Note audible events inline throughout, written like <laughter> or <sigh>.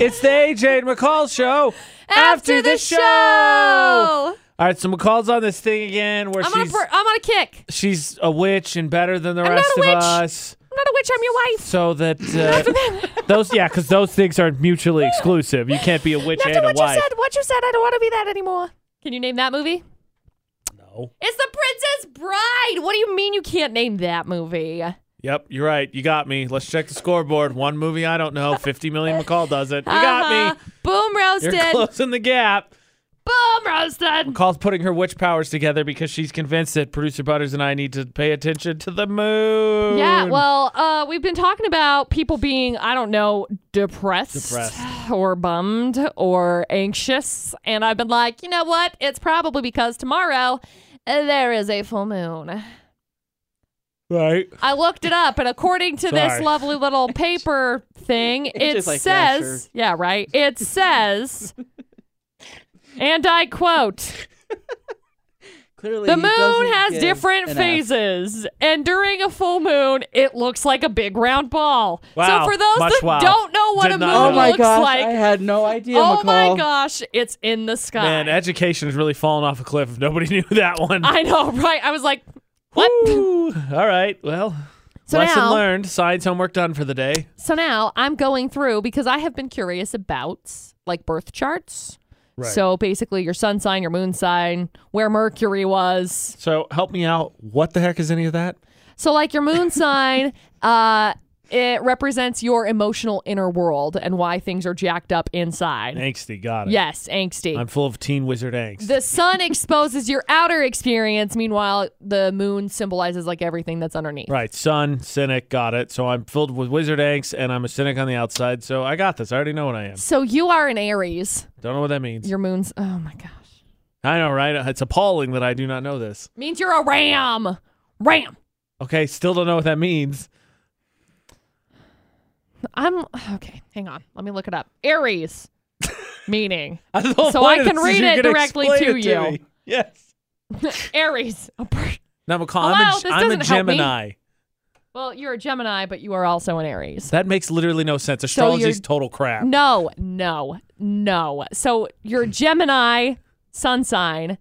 It's the AJ and McCall show All right, so McCall's on this thing again where I'm on, a she's bur- I'm on a kick. she's a witch and better than the I'm not rest a of witch. us. I'm not a witch. I'm your wife. <laughs> So that uh, those yeah, because those things aren't mutually exclusive. You can't be a witch After and a what wife. you said, what you said, I don't want to be that anymore. Can you name that movie? No. It's The Princess Bride. What do you mean you can't name that movie? Yep, you're right. You got me. Let's check the scoreboard. One movie I don't <laughs> know. Fifty million McCall does it. You got me. Uh-huh. Boom You're roasted. closing the gap. Boom roasted. McCall's putting her witch powers together because she's convinced that producer Butters and I need to pay attention to the moon. Yeah, well, uh, we've been talking about people being, I don't know, depressed, Depressed. or bummed or anxious. And I've been like, you know what? It's probably because tomorrow uh, there is a full moon. right. I looked it up, and according to this Sorry. lovely little <laughs> paper thing, it just like, yeah, sure. says, <laughs> yeah, right. It says, and I quote, Clearly, the he moon doesn't has give different an phases, and during a full moon, it looks like a big round ball. Wow, So for those much that wow. don't know what Did a moon not F. Oh know. my looks gosh! like, I had no idea. oh McCall. my gosh, it's in the sky. Man, education has really fallen off a cliff. if Nobody <laughs> knew that one. I know, <laughs> right? I was like, what? Woo. All right. Well, So lesson now- learned. Science homework done for the day. So now I'm going through because I have been curious about like birth charts. Right. So basically, your sun sign, your moon sign, where Mercury was. So help me out. What the heck is any of that? So like <laughs> your moon sign, uh, it represents your emotional inner world and why things are jacked up inside. Angsty. Got it. Yes, angsty. I'm full of teen wizard angst. <laughs> the sun exposes your outer experience. Meanwhile, the moon symbolizes like everything that's underneath. right. Sun, cynic. Got it. So I'm filled with wizard angst and I'm a cynic on the outside. So I got this. I already know what I am. So you are an Aries. Don't know what that means. Your moon's oh my gosh. I know, right? It's appalling that I do not know this. Means you're a ram. Ram. Okay. Still don't know what that means. <laughs> I'm <sighs> okay. Hang on. Let me look it up. Aries <laughs> meaning The whole So point I of can this is read you're it gonna directly explain to it you. me. Yes. Aries. Oh, a per- Now, McCall, I'm Hello, a, Oh, this I'm a doesn't help me. Gemini. Well, you're a Gemini, but you are also an Aries. That makes literally no sense. So Astrology's you're- total crap. No, no, no. So you're a Gemini sun sign,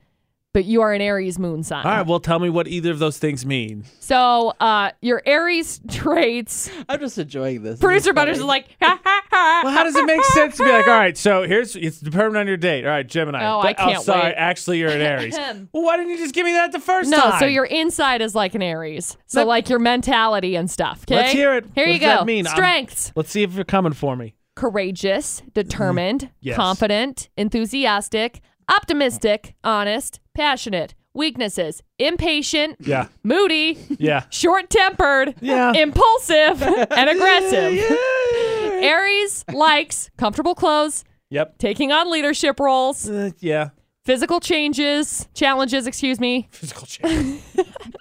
but you are an Aries moon sign. All right, well, tell me what either of those things mean. So uh, your Aries traits. I'm just enjoying this. Producer Butters is like, ha ha ha. Well, how does it make sense to be like, all right, so here's it's determined on your date. All right, Gemini. Oh, I But- can't sorry, wait. actually, you're an <laughs> Aries. well, why didn't you just give me that the first No, time? so your inside is like an Aries. So Let- like your mentality and stuff. 'kay? Let's hear it. Here What you does that go. mean? I'm- Strengths. Let's see if you're coming for me. courageous, determined, Mm-hmm. Yes. confident, enthusiastic, optimistic, honest, passionate. Weaknesses impatient, Yeah. moody, <laughs> Yeah. <laughs> short tempered, Yeah. <laughs> impulsive, and aggressive. Aries likes comfortable clothes, yep. taking on leadership roles, Uh, yeah. physical changes, challenges, excuse me. Physical change.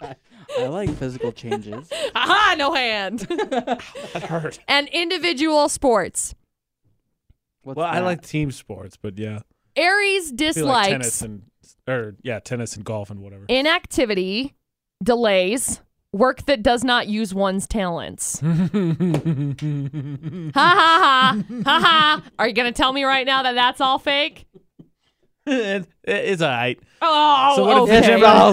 <laughs> I like physical changes. Aha, no hand. that hurt. <laughs> and individual sports. What's Well, I that? like team sports, but yeah. Aries I feel like dislikes tennis and or yeah, tennis and golf and whatever. inactivity, delays, work that does not use <laughs> one's talents. ha ha ha. Ha ha. Are you going to tell me right now that that's all fake? <laughs> It- it's all right. Oh, So what if okay. It's all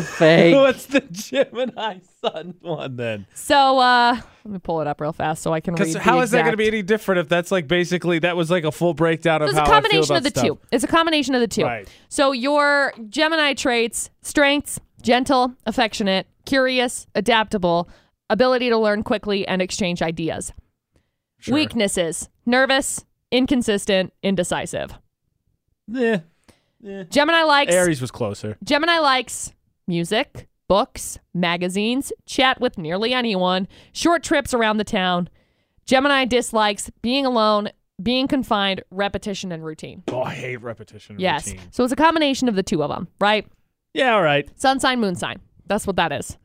<laughs> fake. What's the Gemini Sun one then? So uh, let me pull it up real fast so I can read Because the how is that going to exact- be any different if that's like basically that was like a full breakdown of It's how a I feel combination about of the stuff. two. It's a combination of the two. Right. So your Gemini traits, strengths, gentle, affectionate, curious, adaptable, ability to learn quickly and exchange ideas. Sure. Weaknesses nervous, inconsistent, indecisive. Eh, Gemini likes Aries was closer. Gemini likes music, books, magazines, chat with nearly anyone, short trips around the town. Gemini dislikes being alone, being confined, repetition and routine. Oh, I hate repetition. Yes. routine. So it's a combination of the two of them, right? Yeah. All right. Sun sign, moon sign. That's what that is.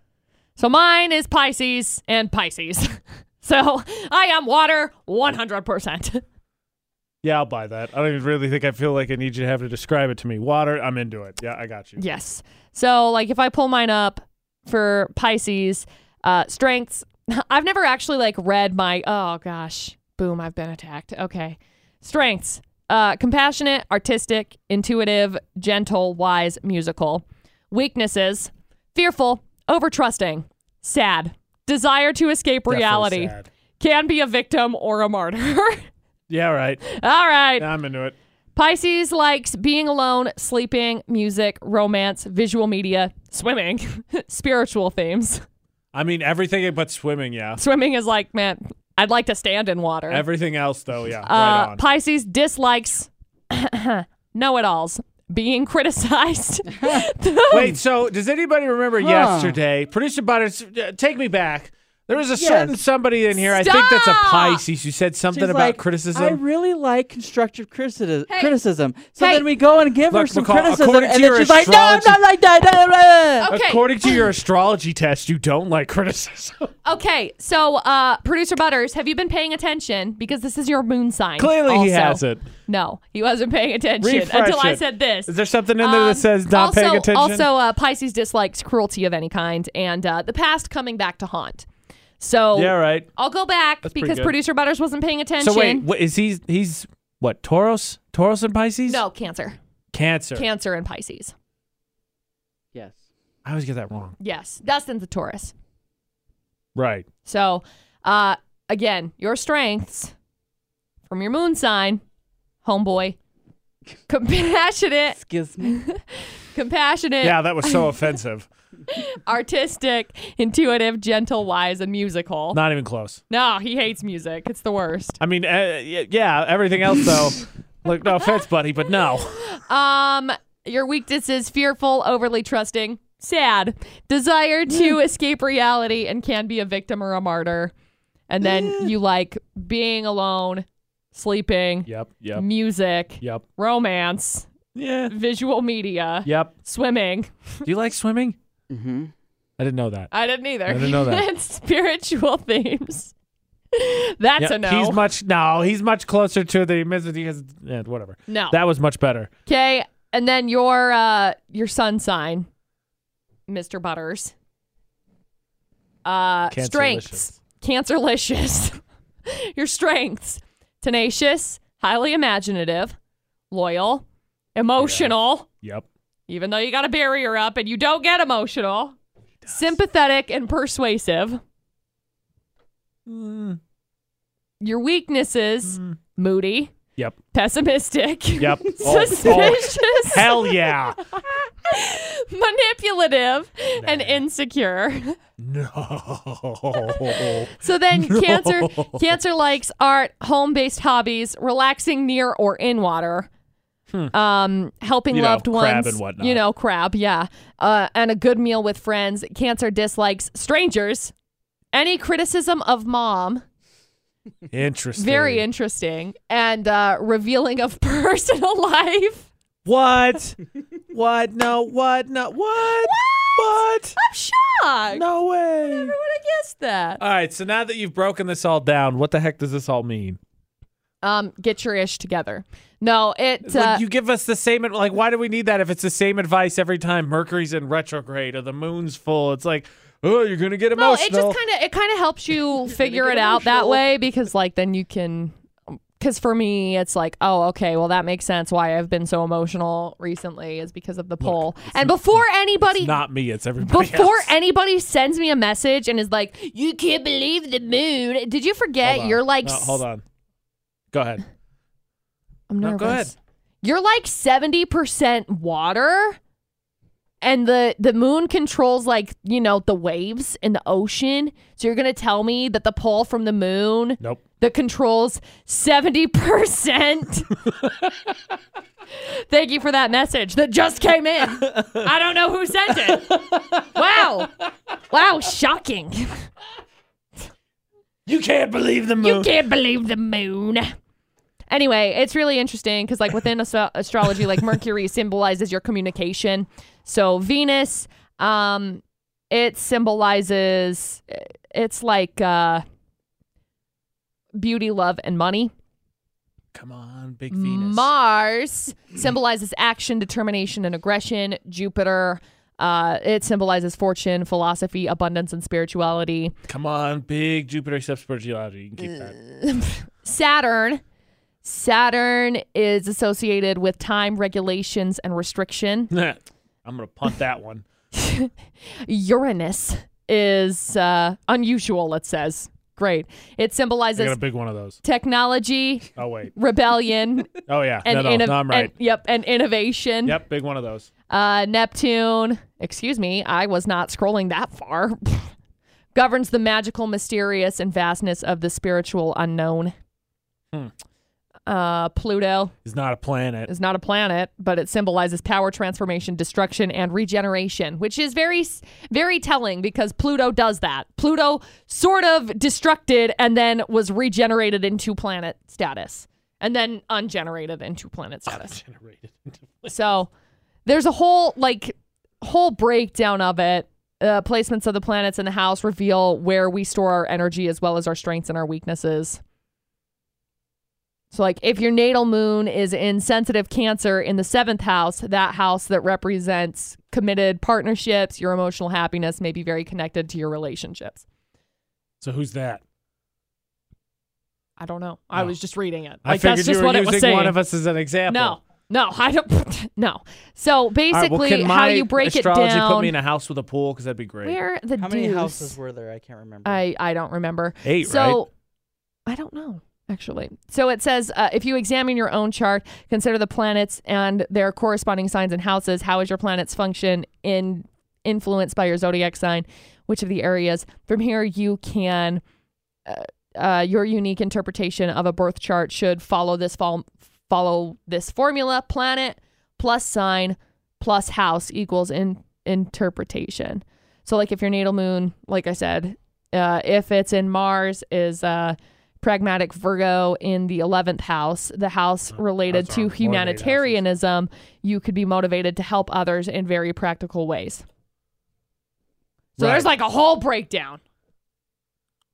So mine is Pisces and Pisces. <laughs> so I am water 100%. Yeah, I'll buy that. I don't even really think I feel like I need you to have to describe it to me. Water. I'm into it. Yeah, I got you. Yes. So, like, if I pull mine up for Pisces, uh, <laughs> strengths, I've never actually like read my. Oh gosh, boom! I've been attacked. Okay, Strengths uh, compassionate, artistic, intuitive, gentle, wise, musical. Weaknesses fearful, over trusting, sad, desire to escape Definitely reality, sad. can be a victim or a martyr. <laughs> Yeah, right. All right. Yeah, I'm into it. Pisces likes being alone, sleeping, music, romance, visual media, swimming, <laughs> spiritual themes. I mean, everything but swimming, <laughs> yeah. Swimming is like, man, I'd like to stand in water. Everything else, though, yeah. Uh, right on. Pisces dislikes <coughs> know it alls, being criticized. <laughs> Wait, so does anybody remember yesterday? Producer Butters, uh, take me back. There was a certain somebody in here, I think that's a Stop! Pisces, who said something She's about like, criticism. I really like constructive criticism. Hey. criticism. So Hey. then we go and give her Look, some McCall, criticism, according to and then your she's like, "No, I'm astrology- not like that." Oh. blah, <laughs> blah, blah." Okay. According to <laughs> your astrology test, you don't like criticism. okay, so uh, producer Butters, have you been paying attention? Because this is your moon sign. Clearly, he also. hasn't. No, he wasn't paying attention Refresh until I it. said this. Is there something in there Um, that says not also, paying attention? Also, uh, Pisces dislikes cruelty of any kind and uh, the past coming back to haunt. So yeah, right. I'll go back That's pretty because good. producer Butters wasn't paying attention. So wait, what, is he? He's what? Taurus? Taurus and Pisces? no, Cancer. Cancer. Cancer and Pisces. Yes. I always get that wrong. Yes. Dustin's a Taurus. Right. So, uh, again, your strengths from your moon sign, homeboy, compassionate, Excuse me. compassionate, Yeah, that was <laughs> so offensive. artistic, intuitive, gentle, wise, and musical. Not even close. no, he hates music. It's the worst. I mean, uh, y- yeah, everything else <laughs> though. like, no offense, buddy, but no. Um, your weakness is fearful, overly trusting, sad, desire to escape reality, and can be a victim or a martyr. And then you like being alone, sleeping, Yep. Yep. Mm. music, Yep. romance, Yeah. visual media, Yep. swimming. Do you like swimming? Mm-hmm. I didn't know that. I didn't either. I didn't know that. <laughs> and spiritual themes. <laughs> That's Yeah, a no. He's much no. He's much closer to the admits he has. Yeah, whatever. no. That was much better. Okay, and then your uh your sun sign, Mr. Butters. Uh strengths. Cancerlicious. <laughs> your strengths. Tenacious, highly imaginative, loyal, emotional, Yep. even though you got a barrier up and you don't get emotional. Sympathetic and persuasive. Mm, Your weaknesses, mm. moody, Yep. pessimistic, <laughs> Yep. Oh, oh, suspicious. hell <laughs> yeah. manipulative and insecure. <laughs> <laughs> No. So then cancer cancer likes art, home-based hobbies, relaxing near or in water. Um, helping Hmm. You know, loved ones, crab and whatnot. you know, crab, yeah, uh, and a good meal with friends. Cancer dislikes strangers. Any criticism of mom, Interesting. very interesting, and uh, revealing of <laughs> personal life. What? what? No. What? No. What? What? I'm shocked. No I way. would have guessed that. All right. So now that you've broken this all down, what the heck does this all mean? Um, get your ish together. No, it. Uh, Like, you give us the same. Like, why do we need that if it's the same advice every time Mercury's in retrograde or the moon's full? It's like, oh, you're gonna get No, emotional. it just kind of it kind of helps you figure it out that way because like then you can because for me it's like oh okay well that makes sense why I've been so emotional recently is because of the poll and before anybody Not me. It's everybody. <laughs> before else. anybody sends me a message and is like you can't believe the moon did you forget Hold on. you're like No, s- hold on. Go ahead. I'm No, nervous go ahead. you're like 70% water and the the moon controls like you know the waves in the ocean so you're gonna tell me that the pull from the moon Nope. that controls 70% <laughs> thank you for that message that just came in i don't know who sent it wow wow shocking You can't believe the moon. you can't believe the moon. Anyway, it's really interesting because, like, within astro- astrology, like Mercury <laughs> symbolizes your communication. So Venus, um, it symbolizes it's like uh, beauty, love, and money. Come on, big Venus. Mars <clears throat> symbolizes action, determination, and aggression. Jupiter, uh, it symbolizes fortune, philosophy, abundance, and spirituality. Come on, big Jupiter subspirituality. You can keep that. Saturn Saturn is associated with time, regulations, and restriction. <laughs> I'm gonna punt that one. Uranus is uh, unusual, it says. Great. It I got symbolizes a big one of those. technology, Oh <laughs> wait. rebellion, Oh yeah. and, no, no, inno- no, I'm right. and- yep, and innovation. yep, big one of those. Uh, Neptune, excuse me, I was not scrolling that far. <laughs> Governs the magical, mysterious, and vastness of the spiritual unknown. Hmm. Uh, Pluto He's not a planet. is not a planet, but it symbolizes power, transformation, destruction, and regeneration, which is very, s- very telling because Pluto does that. Pluto sort of destructed and then was regenerated into planet status, and then ungenerated into planet status. Generated. So there's a whole like whole breakdown of it. Uh, placements of the planets in the house reveal where we store our energy as well as our strengths and our weaknesses. So like if your natal moon is in sensitive cancer in the 7th house, that house that represents committed partnerships, your emotional happiness may be very connected to your relationships. So who's that? I don't know. I Oh. was just reading it. I Like figured that's just you were what it was using saying. one of us as an example. no. No, <laughs> I don't no. So All right, well, basically can how my you break it astrology down put me in a house with a pool because that'd be great. Where the How many deuce- houses were there? I can't remember. I I don't remember. Eight, right? So I don't know actually. So it says uh, if you examine your own chart, consider the planets and their corresponding signs and houses. How is your planet's function in influenced by your zodiac sign? Which of the areas? From here, you can. Uh, uh, your unique interpretation of a birth chart should follow this fol- follow this formula: planet plus sign plus house equals in interpretation. So like if your natal moon, like I said, uh, if it's in Mars is uh, pragmatic Virgo in the 11th house, the house related those to aren't more than eight houses. humanitarianism, you could be motivated to help others in very practical ways. So Right. there's like a whole breakdown.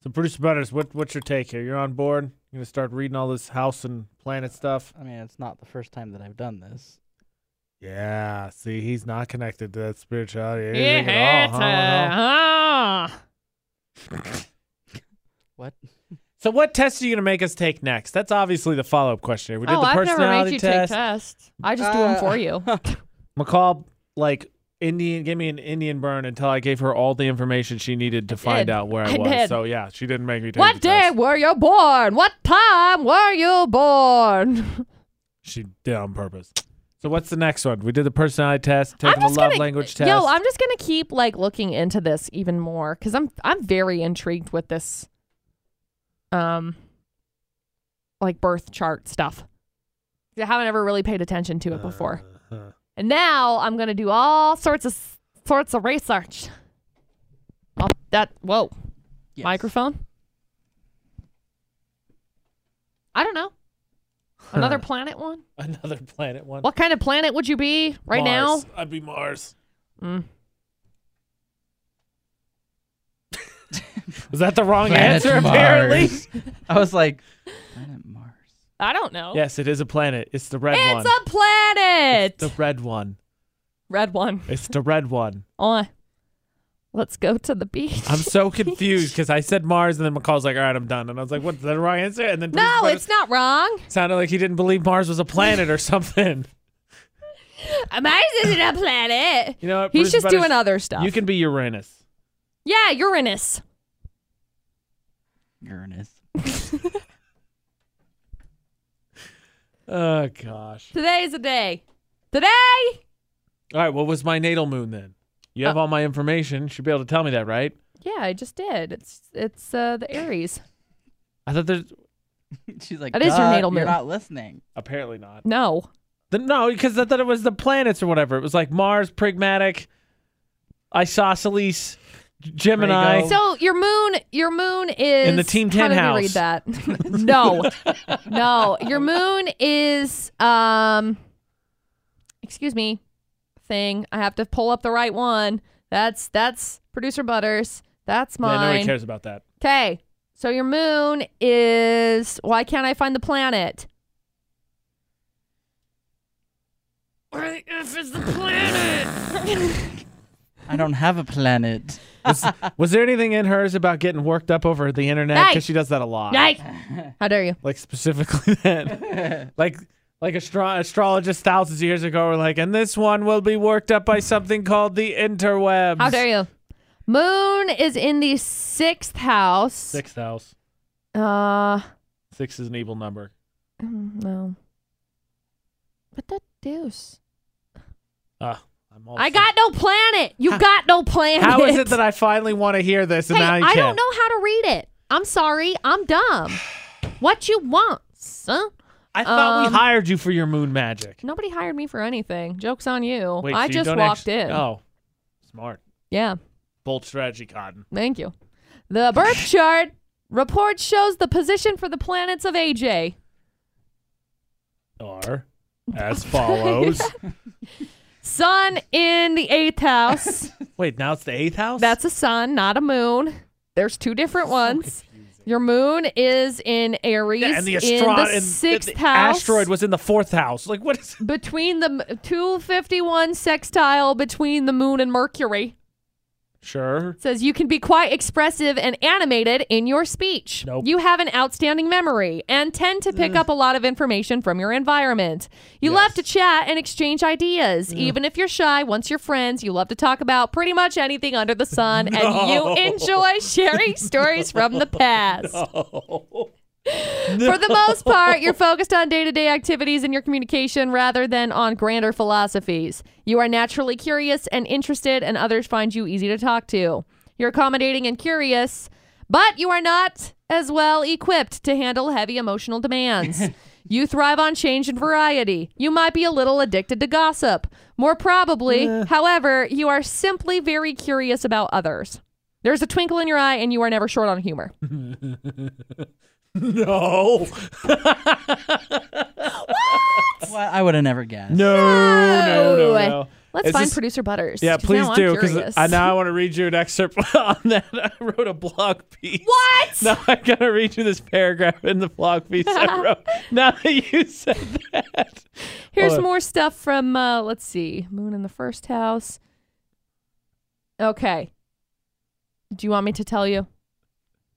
So producer Butters, what what's your take here? You're on board. You're gonna start reading all this house and planet stuff. I mean, it's not the first time that I've done this. Yeah. See, he's not connected to that spirituality. anything Yeah, at all, huh? ah. What? So what test are you gonna make us take next? That's obviously the follow up question. here. We did oh, the I've personality never made you test. take tests. I just do them Uh, for you. McCall like Indian gave me an Indian burn until I gave her all the information she needed to find did. out where I, I was. did. So yeah, she didn't make me take What the day test. were you born? What time were you born? She did on purpose. So what's the next one? We did the personality test, taking the just love gonna- language test. Yo, I'm just gonna keep like looking into this even more because I'm I'm very intrigued with this, um, like birth chart stuff. I haven't ever really paid attention to it before, Uh-huh. and now I'm gonna do all sorts of s- sorts of research. Oh, that whoa Yes. microphone. I don't know. Another planet one? Another planet one. What kind of planet would you be right now? Mars. I'd be Mars. <laughs> Mm. Is that the wrong Planet answer? Mars. Apparently. <laughs> I was like, planet Mars. I don't know. Yes, it is a planet. It's the red one. It's a planet. the red one. Red one. It's the red one. On. Oh, Let's go to the beach. I'm <laughs> so confused because I said Mars and then McCall's like, all right, I'm done. And I was like, what's the wrong answer? And then no, Bruce it's not wrong. sounded like he didn't believe Mars was a planet or <laughs> something. Mars isn't a planet. You know what? He's Bruce just Butters, doing other stuff. You can be Uranus. yeah, Uranus. Uranus. Oh, gosh. Today's the day. Today. All right, what was my natal moon then? You have all my information. You should be able to tell me that, right? Yeah, I just did. It's it's uh, the Aries. I thought there's. She's like, That is your "Duh, natal You're moon." not listening. Apparently not. No. The, no, because I thought it was the planets or whatever. It was like Mars, Pragmatic, Isosceles, G- Gemini. Virgo. So your moon, your moon is In the Team how 10 did we house. Read <laughs> that. no, no. Your moon is um. Excuse me, thing. I have to pull up the right one. That's that's producer Butters. That's yeah, nobody mine. cares about that. okay, so your moon is. Why can't I find the planet? What if it's the planet? I I don't have <laughs> a planet. Was, was there anything in hers about getting worked up over the internet? Because Hey. she does that a lot. Yikes. How dare you? Like specifically <laughs> that. like like astro- astrologists thousands of years ago were like, and this one will be worked up by something called the interwebs. How dare you? Moon is in the sixth house. Sixth house. Uh, Six is an evil number. mm, no. What the deuce? Ah, I'm all I got no planet. You got no planet. How is it that I finally want to hear this and hey, now you I can't? don't know how to read it. I'm sorry. <sighs> I'm dumb. what you want, son? I thought Um, we hired you for your moon magic. Nobody hired me for anything. Joke's on you. Wait, so I you just don't walked actu- in. Oh, smart. Yeah. Bold strategy, Cotton. Thank you. The <laughs> birth chart report shows the position for the planets of AJ. Are as <laughs> follows. Sun in the <laughs> eighth house. Wait, now it's the eighth house? That's a sun, not a moon. There's two different ones. Your moon is in Aries Yeah, and the in astro- the and sixth the house. asteroid was in the fourth house. Like, what is? between the m- 251 sextile between the moon and Mercury. Sure. It says you can be quite expressive and animated in your speech. Nope. Mm. You have an outstanding memory and tend to pick up a lot of information from your environment. You love to chat and exchange ideas. Mm. Even if you're shy, once you're friends, you love to talk about pretty much anything under the sun and <laughs> No. you enjoy sharing stories from <laughs> the past. Oh. For the most part, you're focused on day to day activities and your communication rather than on grander philosophies. You are naturally curious and interested, and others find you easy to talk to. You're accommodating and curious, but you are not as well equipped to handle heavy emotional demands. you thrive on change and variety. You might be a little addicted to gossip. More probably, however, you are simply very curious about others. There's a twinkle in your eye, and you are never short on humor. <laughs> No. Well, I would have never guessed. No. No. No. No. no. Let's It's find just- producer Butters. Yeah, 'cause please now I'm do because curious. I now I want to read you an excerpt <laughs> on that. I wrote a blog piece. What? Now I'm gonna read you this paragraph in the blog piece I wrote. Now that you said that, Here's Hold on. more stuff from uh, let's see, Moon in the first house. Okay. Do you want me to tell you?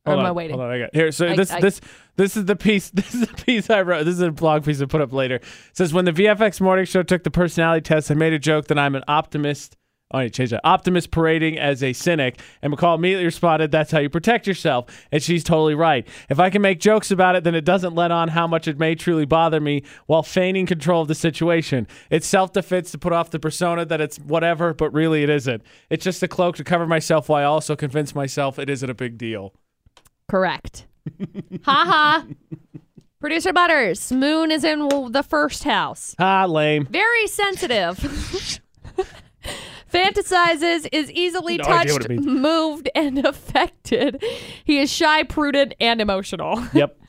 Or Hold am on, I waiting? Hold on, I got here. So I- this I- this this is the piece. <laughs> This is the piece I wrote. This is a blog piece I put up later. It says when the VFX morning show took the personality test, I made a joke that I'm an optimist. Oh, I changed that. Optimist parading as a cynic, and McCall immediately responded, "That's how you protect yourself." And she's totally right. If I can make jokes about it, then it doesn't let on how much it may truly bother me, while feigning control of the situation. It's self-defense to put off the persona that it's whatever, but really it isn't. It's just a cloak to cover myself, while I also convince myself it isn't a big deal. Correct. ha ha. Producer Butters, Moon is in w- the first house. Ah, <laughs> lame. Very sensitive. <laughs> Fantasizes, is easily No idea what touched, it means. moved, and <laughs> affected. He is shy, prudent, and emotional. <laughs> Yep.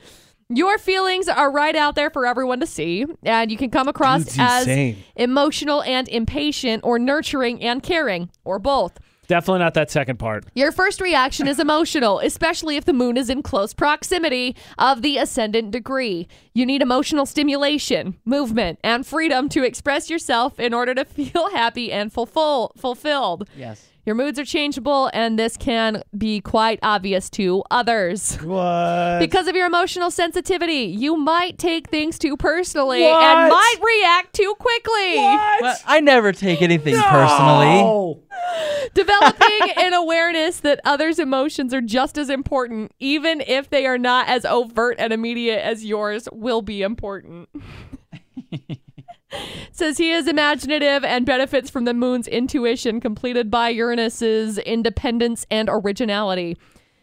Your feelings are right out there for everyone to see, and you can come across Dude's as insane. emotional and impatient, or nurturing and caring, or both. Definitely not that second part. Your first reaction is emotional, especially if the moon is in close proximity of the ascendant degree. You need emotional stimulation, movement, and freedom to express yourself in order to feel happy and fulfill, fulfilled. Yes. Your moods are changeable, and this can be quite obvious to others. What? Because of your emotional sensitivity, you might take things too personally What? and might react too quickly. Well, I never take anything personally. Oh. Developing an awareness that others' emotions are just as important, even if they are not as overt and immediate as yours, will be important. Says he is imaginative and benefits from the moon's intuition, completed by Uranus's independence and originality.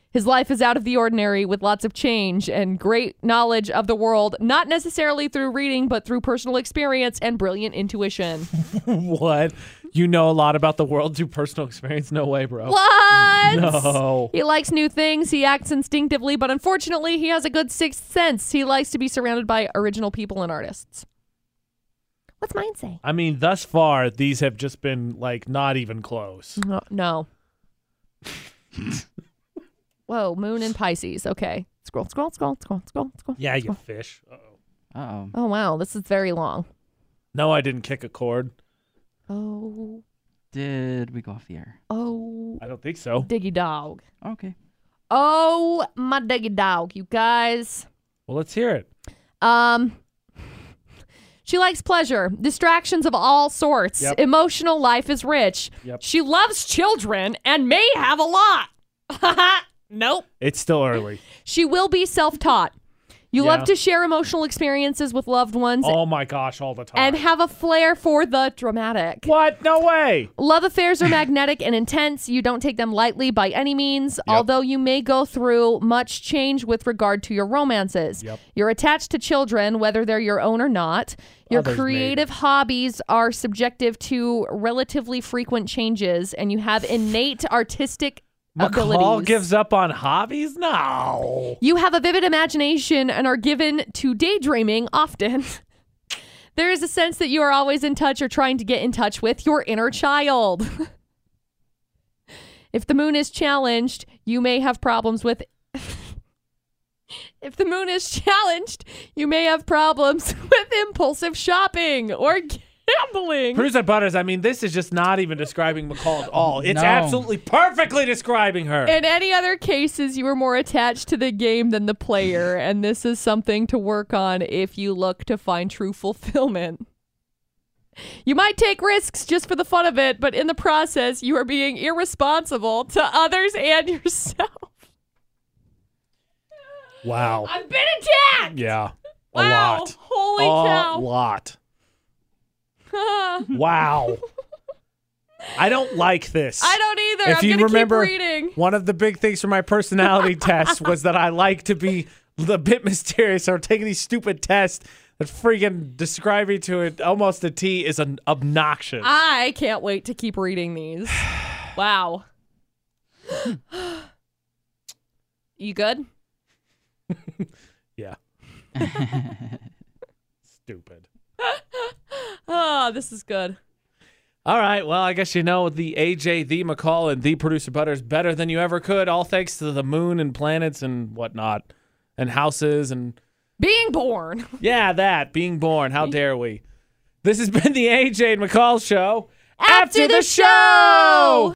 His life is out of the ordinary with lots of change and great knowledge of the world, not necessarily through reading, but through personal experience and brilliant intuition. <laughs> What? You know a lot about the world through personal experience? No way, bro. What? No. He likes new things. He acts instinctively, but unfortunately, he has a good sixth sense. He likes to be surrounded by original people and artists. What's mine say? I mean, thus far, these have just been like not even close. No. no. Whoa, Moon and Pisces. Okay. Scroll, scroll, scroll, scroll, scroll, scroll. Yeah, you fish. Uh-oh. Oh, Oh, wow. This is very long. No, I didn't kick a cord. Oh. Did we go off the air? Oh, I don't think so. diggy dog. Okay. Oh, my diggy dog, you guys. Well, let's hear it. Um, she likes pleasure, distractions of all sorts. Yep. Emotional life is rich. Yep. She loves children and may have a lot. <laughs> nope. It's still early. She will be self taught. You Yeah. love to share emotional experiences with loved ones Oh my gosh, all the time. and have a flair for the dramatic. what? No way. Love affairs are magnetic and intense. You don't take them lightly by any means, although you may go through much change with regard to your romances. Yep. You're attached to children, whether they're your own or not. Your Others may. creative hobbies are subjective to relatively frequent changes, and you have innate artistic McCall abilities. gives up on hobbies? No. You have a vivid imagination and are given to daydreaming often. <laughs> there is a sense that you are always in touch or trying to get in touch with your inner child. <laughs> if the moon is challenged, you may have problems with. <laughs> if the moon is challenged, you may have problems <laughs> with impulsive shopping or gambling. Producer Butters, I mean, this is just not even describing McCall at all. It's No. absolutely perfectly describing her. In any other cases, you were more attached to the game than <laughs> the player, and this is something to work on if you look to find true fulfillment. You might take risks just for the fun of it, but in the process, you are being irresponsible to others and <laughs> yourself. wow. I've been attacked! Yeah. A wow! lot. Holy A <laughs> cow! lot. I Wow. I don't like this. don't either. If I'm you gonna remember- keep reading. One of the big things for my <laughs> personality test was that I like to be a bit mysterious. So taking these stupid tests that freaking describing to it almost a T is an obnoxious. I can't wait to keep <sighs> reading these. Wow. Hmm. you good? <laughs> yeah. Stupid. Oh, this is good. All right. Well, I guess you know the AJ, the McCall, and the producer Butters better than you ever could, all thanks to the moon and planets and whatnot, and houses and Being born. yeah, that being born. How dare we? This has been the AJ and McCall show. After the show!